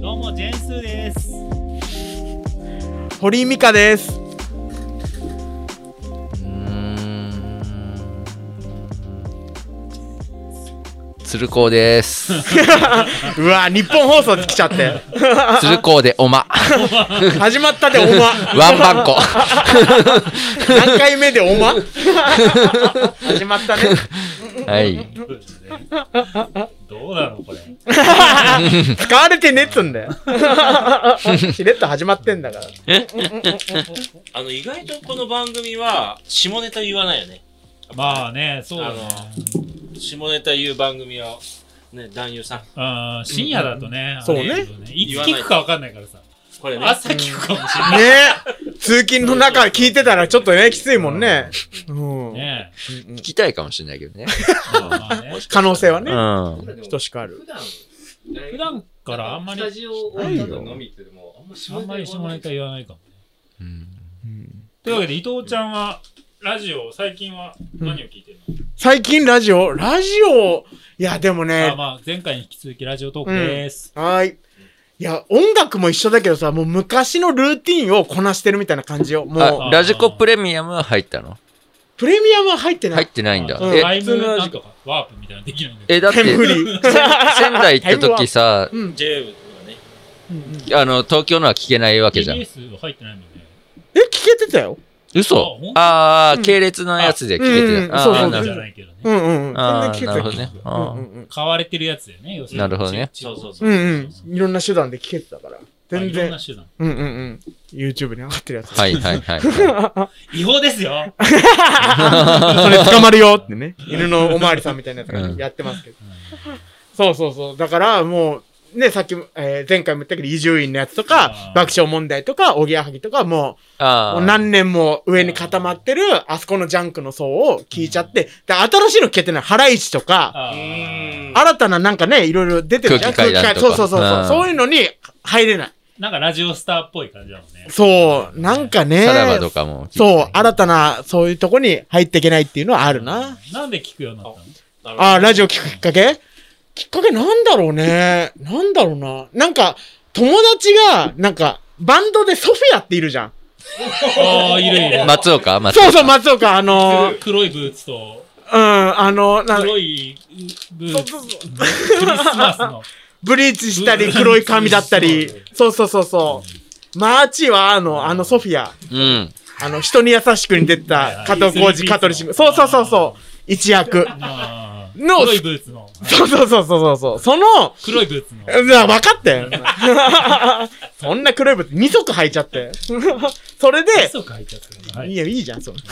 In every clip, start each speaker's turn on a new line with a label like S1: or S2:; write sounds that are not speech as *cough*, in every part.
S1: どうもジェンスーです。
S2: 堀井美香です
S3: 鶴光です。
S2: *laughs* うわ日本放送来ちゃって
S3: 鶴光でお
S2: *laughs*
S3: ま。
S2: 始まったでおま
S3: ワンバンコ。
S2: *laughs* 何回目でおま始まったね
S3: はい。
S1: *laughs* どうなのこれ。
S2: *laughs* 使われてねっつん *laughs* だよしれっと始まってんだから
S4: あの、意外とこの番組は、下ネタ言わないよね。
S1: まあね、そうだね。
S4: 下ネタ言う番組は、ね、男優さん。
S1: うん、深夜だとね。
S2: そうね
S1: あれだけどいつ聞くかわかんないからさ。
S4: これね。
S1: 朝聞くかもしれない。
S2: ね通勤の中聞いてたらちょっとねきついもんね、うん
S1: ね
S3: 聞きたいかもしれないけどね。
S1: まあまあね。
S2: 可能性は
S3: う
S2: ね
S3: ん。
S2: 等しくある
S5: 普段
S1: 普段からあんまり
S5: スタ、ジオ終わった後飲みってでもあんま
S1: あんまり下ネタ
S5: い
S1: 言わないかも。
S3: うん
S1: というわけで、伊藤ちゃんは、ラジオ、最近は何を聞いてるの、
S2: 最近ラジオラジオいやでもね
S1: あまあ、前回に引き続きラジオトークです。
S2: はーい。いや、音楽も一緒だけどさ、もう昔のルーティンをこなしてるみたいな感じよ。も
S3: あ
S2: う、、
S3: ラジコプレミアムは入ったの
S2: プレミアムは入ってな
S3: 入っ
S2: い。
S3: てないんだ
S1: あ。
S2: え
S1: タイ
S3: え、
S1: ムなんとか、ワープみたいなのできないんだけ
S3: え、だって、
S2: タイムフ
S3: 仙
S2: リー。 *laughs*
S3: 台行った時さ、
S2: うん。うん
S4: ジェームとかね。
S3: あの、東京のは聞けないわけじゃ
S1: ど。
S3: ん。
S1: TBS は入ってないもんね。
S2: え、聞けてたよ。
S3: 嘘ああ、系列のやつで聞けてた。
S2: そうそう
S1: あ
S3: あー
S1: ん
S3: な
S1: な
S3: る
S1: じ
S3: ほ
S1: ゃ
S3: ど
S1: ないけどね。
S2: うんうんうん。
S3: あ
S2: 全
S3: ー、
S2: 然
S3: な
S2: 聞
S3: る
S2: け
S3: ほ
S2: て
S3: ど
S2: た。
S3: ね。
S2: う
S3: あ
S2: んう
S3: ー
S2: ん
S1: 買われてるやつだよね、要するに。
S3: なるほどね
S1: ち
S4: そうそうそう。
S2: うん。うんうん。いろんな手段で聞けてたから。全
S1: あいろん
S2: 然
S1: な。手段
S2: うんうんうん。YouTube に上がってるやつ。
S3: はいはい
S2: *laughs*
S3: はい。
S1: 違法ですよ。
S2: それ捕まるよってね。犬のおまわりさんみたいなやつがやってますけど。そうそうそう。だからもう、ね、さっきも、えー前回も言ったけど、伊集院のやつと
S1: あ
S2: か
S1: ー、
S2: 爆笑問題とか、おぎやはぎとか、もう、
S3: あ
S2: もう
S3: あ、
S2: 何年も上に固まってる、あそこのジャンクの層を聞いちゃって、で、新しいの聞けてない、ハライチとか、
S1: あ
S4: う
S1: ー
S4: ーん。
S2: 新たななんかね、いろいろ出てるじゃん
S3: 空気階段とか
S2: 空気そうそうそうそうう。
S3: ん
S2: そういうのに入れない。
S1: なんかラジオスターっぽい感じだもんね。
S2: そう、なんかね。
S3: さらばとかも聞いて
S2: そう、新たな、そういうとこに入っていけないっていうのはあるな。
S1: なんで聞くようになったの
S2: ああ、ラジオ聞くきっかけきっかけなんだろうね。なんだろうな。なんか、友達が、なんか、バンドでソフィアっているじゃん。
S1: ああー、いるいる。
S3: 松岡松
S2: そうそう、
S3: 岡。
S2: 松岡、あ *laughs* のー、うん、
S1: 黒いブーツと、
S2: あのー、なん
S1: 黒いブーツ、クリスマスの。
S2: ブリーチしたり、黒い髪だったり、そうそうそうそう。マーチは、あの、あのソフィア、
S3: うん。
S2: あの、人に優しくに出てた、加藤浩次、香取慎吾。そうそうそうそう。一役。
S1: あー
S2: の
S1: *laughs* 黒いブーツの。
S2: そうそうそうそうそう。その、
S1: 黒いブーツの。
S2: うん *laughs* 分かったよ。そんな黒いブーツ、二足履いちゃって。 *laughs* それで、、
S1: 嘘書いちゃったから。はいい。
S2: や、いいじゃん、そう。 *laughs*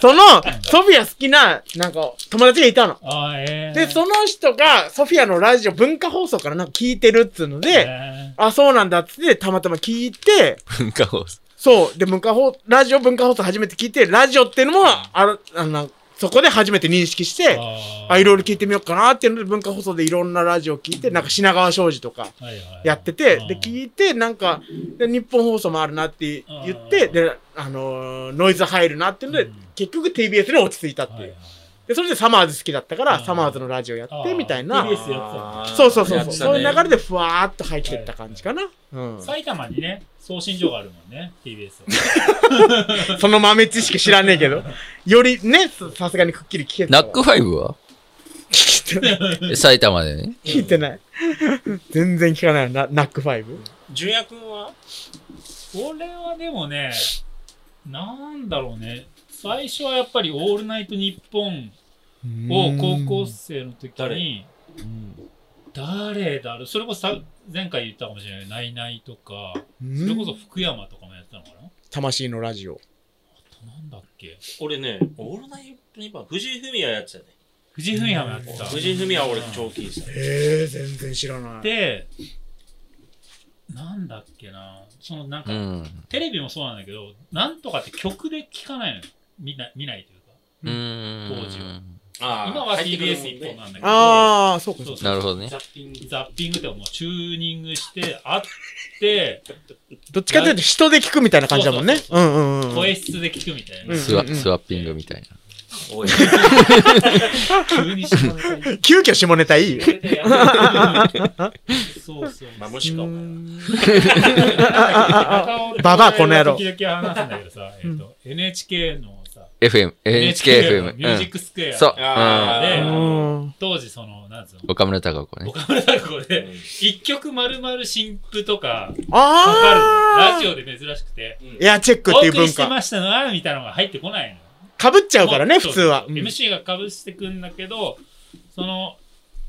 S2: その、ソフィア好きな、なんか、友達がいたの。
S1: あーえー。
S2: で、その人が、ソフィアのラジオ、文化放送からなんか聞いてるっつうので、
S1: え
S2: あ、そうなんだっつって、たまたま聞いて、
S3: 文化放送。
S2: そう、で、文化放、ラジオ、文化放送初めて聞いて、ラジオっていうのも、あらあの、そこで初めて認識して
S1: ー。、
S2: あ、いろいろ聞いてみようかなっていうので、文化放送でいろんなラジオ聞いて、なんか品川庄司とか、
S1: はいはい
S2: やってて、で、
S1: い
S2: 聞いて、なんか、で日本放送もあるなって言って、
S1: うん
S2: で、あのーノイズ入るなっていうので、
S1: うん
S2: 結局 TBS に落ち着いたっていう。
S1: はいはい
S2: で、それでサマーズ好きだったから、
S1: うん
S2: サマーズのラジオやっ
S1: あ
S2: て、
S1: ー
S2: みたいな。
S1: TBS やって
S2: そうそうそうそう、
S4: やってた
S2: そう
S4: ね
S2: いう流れでふわーっと入ってった感じかな。
S1: た埼玉にね、送信所があるもんね、TBS は。
S2: うん。その豆知識知らねえけど。よりね、ささすがにくっきり聞けてた
S3: ナ
S2: わ
S3: ックファイブは
S2: 聞いてない。
S3: 埼玉でね。
S2: 聞いてない。全然聞かないな、ナックファイブ。
S4: 純也くんは
S1: これはでもね、なんだろうね、最初はやっぱり「オールナイトニッポン」を高校生の時に、誰だろう、それこそさ前回言ったかもしれない、ナイナイとか、
S2: うん
S1: それこそ福山とかもやってたのかな
S2: 魂のラジオ。
S1: なんだっけ
S4: 俺ね、オールナイトニッポン、藤井フミヤやってたよね。
S1: 藤井フミヤもやってた。
S4: 藤井フミヤは俺超聞いてた。
S2: ええー、全然知らない。
S1: で、なんだっけな、そのなん
S3: う
S1: か、
S3: ん。
S1: テレビもそうなんだけど、なんとかって曲で聞かないのよ。見ない、見ないというか。
S3: うん。
S1: 当時は
S4: あー
S1: 今は
S4: 入ってくる
S1: TBS
S4: もんね
S1: 一本なんだけど、
S2: ああ、そうか
S1: そ
S2: そうう
S1: そう
S3: なるほどね。
S5: ザッピング。
S1: ザッピングってもうチューニングして、あって、
S2: か。どっちかというと人で聞くみたいな感じだもんね。
S1: そう
S2: うんうんうん。
S1: 声質で聞くみたいな。
S2: うん
S3: スワスワッピングみたい
S4: おい
S1: 急に下ネタに
S2: 急遽下ネタいいよ。
S1: そうそう。
S4: まあもしかお前は
S2: ババアこの野郎
S1: 時々話すんだけど *laughs* さ、えっと、NHK のさ、
S3: な。FM、NHKFM。
S1: ミュージ
S3: う
S1: ックスクエ
S3: ん。
S1: ア。
S3: そう。
S4: あ
S1: で
S4: ー
S1: あ
S2: う
S1: の
S2: ん
S1: 当時その、なんつうの *laughs*
S3: うん。岡村孝子ね。
S1: 岡村太鼓で、一曲まるまる新譜とか、かかるのラ
S2: あ
S1: ジ
S2: あ
S1: オで珍しくて、
S2: いや、チェックっ
S1: お
S2: ていう
S1: 送り
S2: 文
S1: して
S2: 化。
S1: ましたのは、みたいなのが入ってこないの。
S2: かぶっちゃうからね、
S1: そ
S2: 普
S1: う
S2: 通は。
S1: そううん MC がかぶしてくんだけど、その、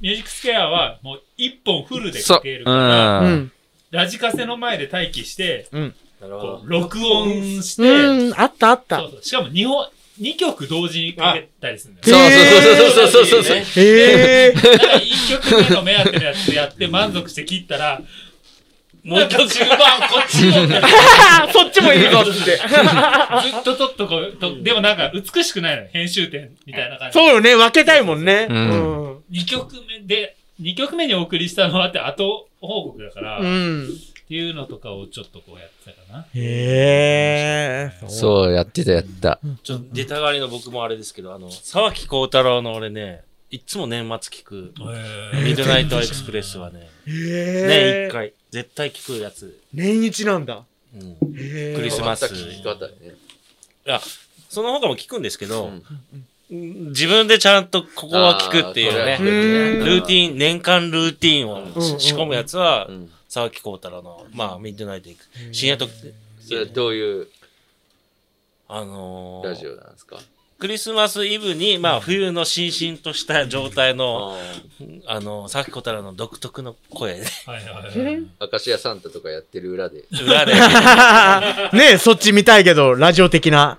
S1: ミュージックスクエアは、もう一本フルで
S3: そ
S1: か
S3: う。
S1: ける
S3: う
S1: から、
S2: うん
S3: ん。。
S1: ラジカセの前で待機して、
S4: なる
S1: こ
S4: ほど
S1: う録音して、
S2: うん、あったあっ
S1: そ
S2: た
S1: う。そうしかも日本、2曲同時にかけたりするんだよ。
S3: そうそうそうそうそうそうそう。
S4: ね
S2: ええ。
S1: だから1曲目の目当てのやつやって満足して切ったら、もう一曲中盤こっちもって
S2: あ、 *laughs* そっちもいるぞって。
S1: ずっと撮っとこうと、でもなんか美しくないのよ編集点みたいな感じ。
S2: そうよね、分けたいもんね。
S3: う
S2: うん
S3: ん。
S1: 2曲目で、2曲目にお送りしたのはって後報告だから、
S2: う
S1: っ
S2: ん。
S1: ていうのとかをちょっとこうやってたか
S2: *laughs*
S1: な。
S2: へえ。
S3: そう、やってた、やってた。
S4: ちょっと出たがりの僕もあれですけどあの沢木幸太郎の俺ねいっつも年末聞くミッドナイトエクスプレスはね年
S2: へえ
S4: 一。回絶対聞くやつ
S2: 年一なんだ。
S4: うん
S2: へ
S4: クリス
S2: え。
S4: マス
S3: 聞き方ね
S4: その他も聞くんですけど
S3: うん
S4: 自分でちゃんとここは聞くっていう
S3: あーこ
S4: ね
S3: れは聞くね
S4: ルーティン年間ルーティンを
S2: うん
S4: 仕込むやつは
S3: うん
S4: 沢木幸太郎のまあミッドナイトエク深夜特
S3: それはどういう
S4: あのー
S3: ラジオなんですか
S4: クリスマスイブに、まあ、冬のしんしんとした状態の、
S3: あ
S4: あの、さきこたらの独特の声ね、
S1: はいはいはい。
S3: ー明石家サンタとかやってる裏で。
S4: 裏で、
S2: ねえ、そっち見たいけど、ラジオ的な。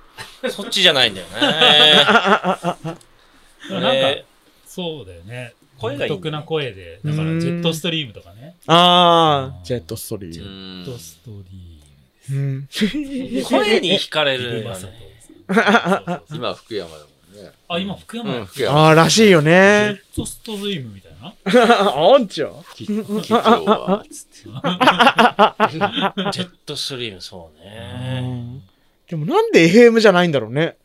S4: そっちじゃないんだよね。
S1: なんか、
S4: ね
S1: そうだよね。
S4: 声がいい
S1: 独特な声で、だからジェットストリームとかね。
S2: ああ、ジェットストリ
S3: う
S2: ー
S1: ジ
S3: ん
S1: ェットストリ
S2: ム。
S4: 声に惹かれ
S1: ーム。
S4: るよ
S1: 今
S4: ね。
S1: そうそう
S3: 今、福山だもんね。
S1: あ、今福山
S3: う
S1: や
S3: ん、
S1: って
S3: 福
S1: る
S3: 山。
S2: ああ、らしいよ
S1: ジェ
S2: ね。 *laughs*
S1: ットストリームみたいな。
S2: あんちゃん。
S3: きききは、つって。
S4: ジェットストリーム、そうね。
S2: でもなんで FM じゃないんだろうね。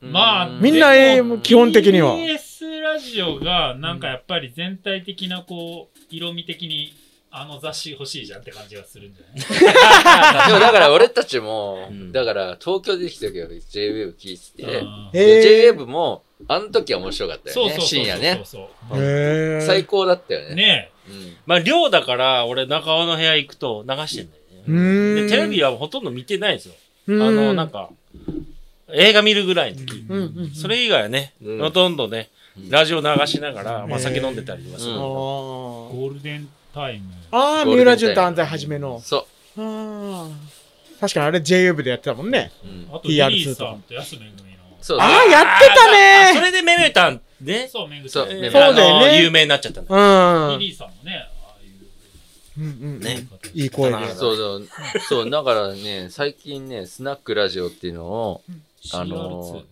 S1: まあ
S3: う
S2: みんな
S1: でも
S2: AM、基本的には。
S1: TBS ラジオがなんかやっぱり全体的なこう色味的にあの雑誌欲しいじゃんって感じがするんじゃない
S3: *laughs* でもだから俺たちも、
S4: うん
S3: だから東京で来た時は JWAVE 聞いてて、
S1: うん
S2: へえ。
S3: JWAVE も、あの時は面白かったよ
S1: そうそう
S3: ね、
S1: そう
S3: 深夜ね。
S1: そうそう
S2: へ
S3: 最
S2: え。
S3: 高だったよね。
S1: ね
S3: うん
S4: まあ、寮だから、俺、中尾の部屋行くと流してんだよ
S2: う
S4: ね。
S2: ーん。
S4: で、テレビはほとんど見てないんですよ。
S2: あ
S4: あの、なんか、映画見るぐらいの時。
S2: うんうん。
S4: それ以外はね、
S3: うん
S4: ほとんどね
S3: う、ん
S4: ラジオ流しながら、まあ、酒飲んでたりとかする
S2: あ
S4: んだ
S1: え
S4: けど。
S2: ー
S1: ゴールデンタイム
S2: あー、
S3: ゴ
S2: 三
S3: ールデン
S2: 浦淳と安西はじめの。
S3: そ
S2: あー確かにあれ JUB でやってたもんね。
S3: う。うん
S1: あと
S2: PR2
S1: リーさんと安めぐみの
S3: そう
S2: あー、やって
S4: それでめめたんね。
S1: そうめぐみ
S3: そう
S1: さん
S3: めぐみ
S2: そうだよね
S4: あの有名になっちゃったんだ。
S2: たね
S1: リーさんもねああいう
S2: うん。うんうん。
S4: ね。
S1: 方
S2: いい声で。
S4: あ
S3: そうそう。そう、だからね、最近ね、スナックラジオっていうのを、あの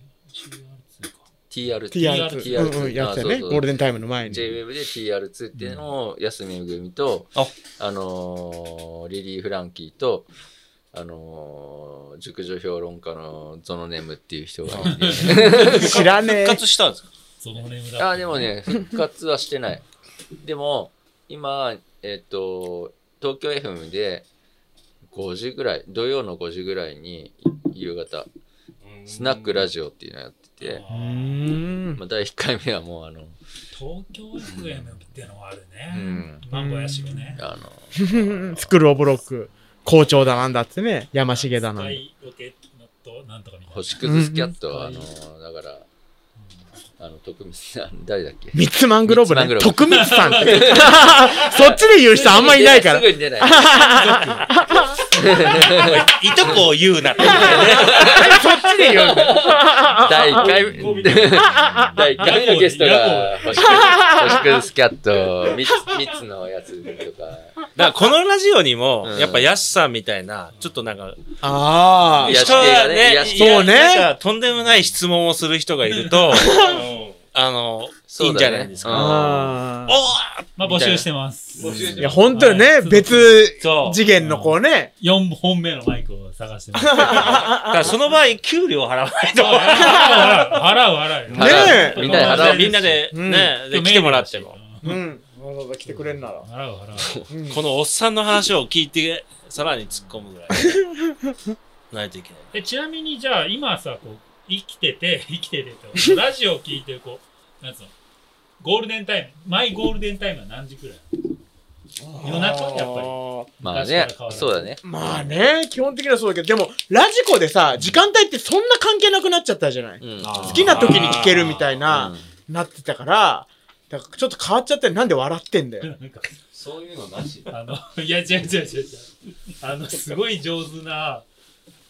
S1: CR2 か
S3: TR2。
S2: TR2。うんうん、やってたね。ゴールデンタイムの前に。
S3: JWAVE で TR2 っていうのを、安めぐみと、
S4: あ
S3: あのーリリー・フランキーと、あのー熟女評論家のゾノネムっていう人がいて、
S2: 知らねえ
S4: 復。活したんですか
S1: そのネームだ
S3: あーでも
S2: *laughs*
S3: ね、復活はしてない。でも、今、えっ、と、東京 FM で5時ぐらい、土曜の5時ぐらいに、夕方、スナックラジオっていうのやってて、
S2: うー
S1: ああ
S2: ん。
S3: まあ、第1回目はもうあの、
S1: 東京 FM ってのはあるね
S3: うん、
S1: マンゴーヤシゴね
S3: あの、
S2: スクールオブロック、校長だなんだってね。山重だなん
S1: ス
S2: だ
S1: カ。イロケットなんとかみたいな。
S3: 星屑スキャットは、あの、だから、あの、徳光、あの誰だっけ
S2: ミッツマングローブ
S3: ミッツマング
S2: ね。
S3: ローブ
S2: 徳光さんって。 *laughs* そっちで言う人あんまいない
S3: *laughs*
S2: から
S3: す。ぐに
S2: *laughs*
S3: 出ない。
S4: いとこを言うなって。
S2: そっちで言うんだよ。
S3: 第1回目、第一回目のゲストが、星屑星屑スキャット、3つのやつとか、
S4: からこのラジオにも
S3: うん、
S4: やっぱヤシさんみたいな、ちょっとなんか、
S2: あ
S3: いや
S4: 人が
S3: い
S4: ね
S3: や、
S4: いや
S2: そうね
S4: なんかとんでもない質問をする人がいると、あの、いいんじゃないです
S2: あ。
S4: か。
S2: ああ。
S4: おー
S1: *laughs* まあ募集してます。
S5: 募集してます
S2: いや、本当よね、別
S4: そう
S2: 次元のこうね。
S1: 4本目のマイクを探してます。そうね
S4: だからその場合、給料払わないと。
S1: 払う、払う、払う。
S2: ねえ
S3: みんなで
S1: 払
S3: 払
S1: う
S3: お
S4: みんなで、
S2: うん
S4: ね、で来てもらっても。
S1: う
S2: うん。わざわざ来てくれんなら
S1: ん。払う、払う。
S2: うん
S4: このおっさんの話を聞いて、さらに突っ込むぐらい。ないといけない。
S1: え、ちなみにじゃあ今さ、こう、生きてて、 *laughs* 生きててと、ラジオ聞いてるこう、なんつうの、ゴールデンタイム、マイゴールデンタイムは何時くらい *laughs* 夜中やっぱり
S3: ま
S1: 確かに変わら、
S3: あね
S1: ない
S3: そうだね。
S2: まあね、基本的にはそうだけど、でも、ラジコでさ、時間帯ってそんな関係なくなっちゃったじゃない、
S3: うん。
S2: 好きな時に聞けるみたい
S3: うん
S2: な、なってたから、だからちょっと変わっちゃって、なんで笑ってん
S1: *laughs*
S2: だよ。
S1: なんか、
S5: そういうのなし。
S1: あの、いや、違う違う違う違う。あの、すごい上手な、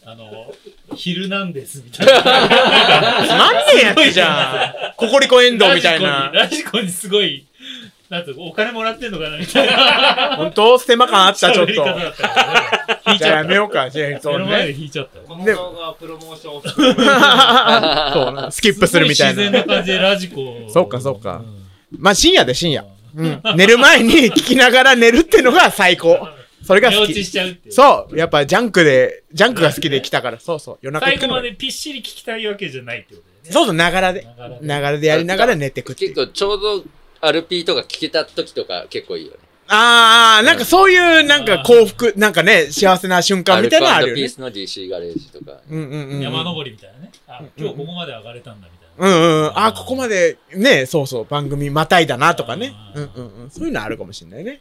S1: あの、昼なんですみたいな。
S2: つまんねえやつじゃん。ココリコエンドウみたいな。
S1: ラジコにラジコにすごい、なんていうのお金もらってんのかなみたいな。
S2: *laughs* 本当ステマ感あった、ちょっと。
S1: 喋り方だったからね。引い
S2: じ
S1: ち
S2: ゃあ
S1: ゃ
S2: や
S1: っ
S2: めようか、じゃあ、
S1: た。
S2: そ
S1: 目
S2: う
S1: の前
S2: ね。
S1: で引いちゃったよ。
S5: この動画はプロモーションを含む。
S2: *laughs* そうなスキップするみたい
S1: すごい
S2: な
S1: 自。然な感じでラジコを。
S2: そうか、そうか
S1: ん。
S2: まあ、深夜で深夜。
S1: *laughs*
S2: うん。寝る前に聞きながら寝るってのが最高。それが
S1: 寝
S2: 好
S1: 落ち
S2: き。
S1: しちゃうっていう。
S2: そう、やっぱジャンクで、ジャンクが好きで来たから、そうそう、夜中
S1: 最
S2: 行く
S1: 後
S2: の
S1: ま
S2: が
S1: でぴっしり聞きたいわけじゃないってことだよね。
S2: そうそう、ながらで。ながらでやりながら寝てくってい
S3: 結
S2: う。
S3: 構ちょうど RP とか聞けた時とか結構いいよね。
S2: あー、なんかそういう、なんか幸福、なんかね、幸せな瞬間みたいなのあ
S3: アル
S2: るよ
S3: コピー
S2: ね。
S3: スの DC ガレージとか。
S2: うんうんうん。
S1: 山登りみたいなね。あ、今日ここまで上がれたんだみたいな。
S2: うんうん。あー、ここまで、ね、そうそう、番組またいだなとかね。
S1: う
S2: うんんうんうん。そういうのあるかもしれないね。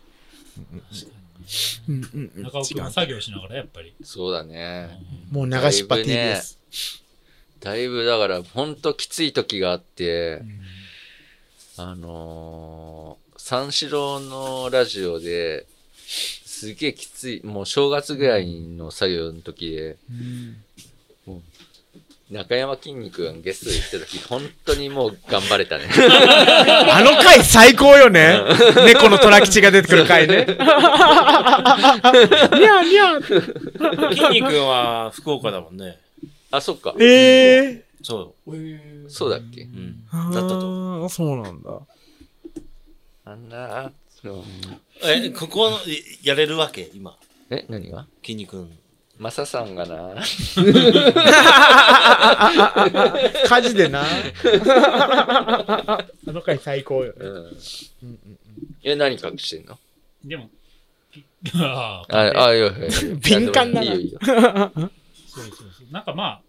S2: うんうんうん。
S1: 中尾君も作業しながらやっぱり。
S3: そうだね。
S2: もう流しっぱ TV です。
S3: だいぶだから、ほんときつい時があって、あのー、三四郎のラジオで、すげえきつい、もう正月ぐらいの作業の時で、もう中山筋肉がゲストで来た時、本当にもう頑張
S2: *laughs*
S3: れたね。
S2: あの回最高よね。猫の虎吉が出てくる回ね。にゃーにゃー。
S4: 筋肉は福岡だもんね。
S3: あ、そっか。
S2: え
S4: そ
S3: そうだっけ
S4: う。うん。
S2: ー。
S4: だっ
S2: あ
S4: たと。
S2: ーそうなんだ。
S3: あんな、の
S4: え、ここの、いやれるわけ今。
S3: え、何が
S4: 筋肉の。
S3: マサさんがな、 *laughs*
S2: 火事 *laughs* でな。あの回最高よね。
S3: うん。え、何隠してんの
S1: でも、ピ *laughs* あ
S3: あ、
S1: あ、
S3: あ、いやいやいや。
S2: 敏感だな
S3: なんでもいいよいいよ
S1: そうそうそう。なんかまあ、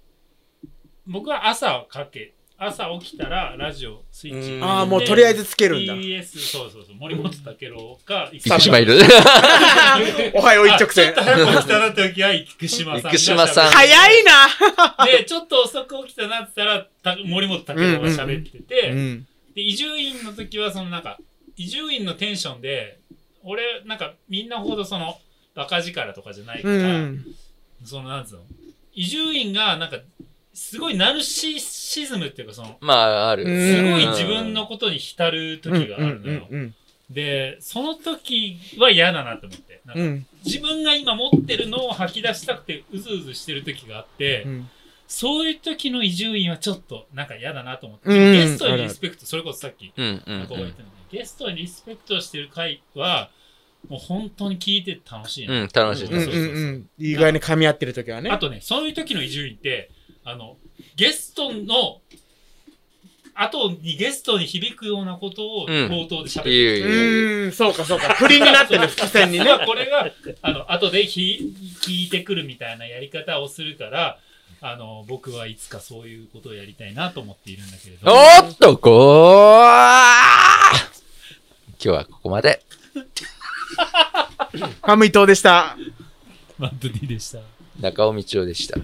S1: 僕は朝かけ、朝起きたらラジオスイッチ
S4: う
S1: 入
S4: ん
S1: れて。
S2: ああ、もうとりあえずつけるんだ。
S1: BS、そうそうそう、森本武郎か、
S3: 生島いる。
S2: *laughs*
S3: *laughs*
S2: おはよう一直線
S1: あちょっと。早く起きたなって時は生島さんが。
S3: 生島さん
S2: 早いな。 *laughs*
S1: で、ちょっと遅く起きたなって言ったら、た森本武郎が喋ってて、
S2: ん。
S1: で、伊集院の時は、そのなんか、伊集院のテンションで、俺、なんか、みんなほどその、バカ力とかじゃないか
S2: う
S1: ら、
S2: ん。
S1: その、なんつうの、伊集院が、なんか、すごいナルシシズムっていうか、その、
S3: まあ、ある。
S2: うん
S1: すごい自分のことに浸る時があるのよ。
S2: ん。
S1: で、その時は嫌だなと思って。なんか
S2: うん。
S1: 自分が今持ってるのを吐き出したくてうずうずしてる時があって、
S2: うん
S1: そういう時の伊集院はちょっとなんか嫌だなと思って、
S2: うん
S1: ゲストにリスペクト、それこそさっき、
S3: うんうんう
S1: こう言っ
S3: ん
S1: てたのねゲストにリスペクトしてる回は、もう本当に聞いてて楽しいな、
S3: うん、楽しい。
S2: うんうんうん。意外に噛み合ってる時はね。
S1: あとね、そういう時の伊集院って、あの、ゲストの、後にゲストに響くようなことを
S3: うん
S1: 冒頭で喋
S3: い
S1: る。
S3: やいうやいや
S2: ーん、そうか *laughs* そうか。振りになってる、伏線にね。
S1: まあこれが、あの、後でひ聞いてくるみたいなやり方をするから、あの、僕はいつかそういうことをやりたいなと思っているんだけれども。
S3: おっと、こー *laughs* 今日はここまで。
S2: ハム伊藤でした。
S1: マッド D でした。
S3: 中尾道夫でした。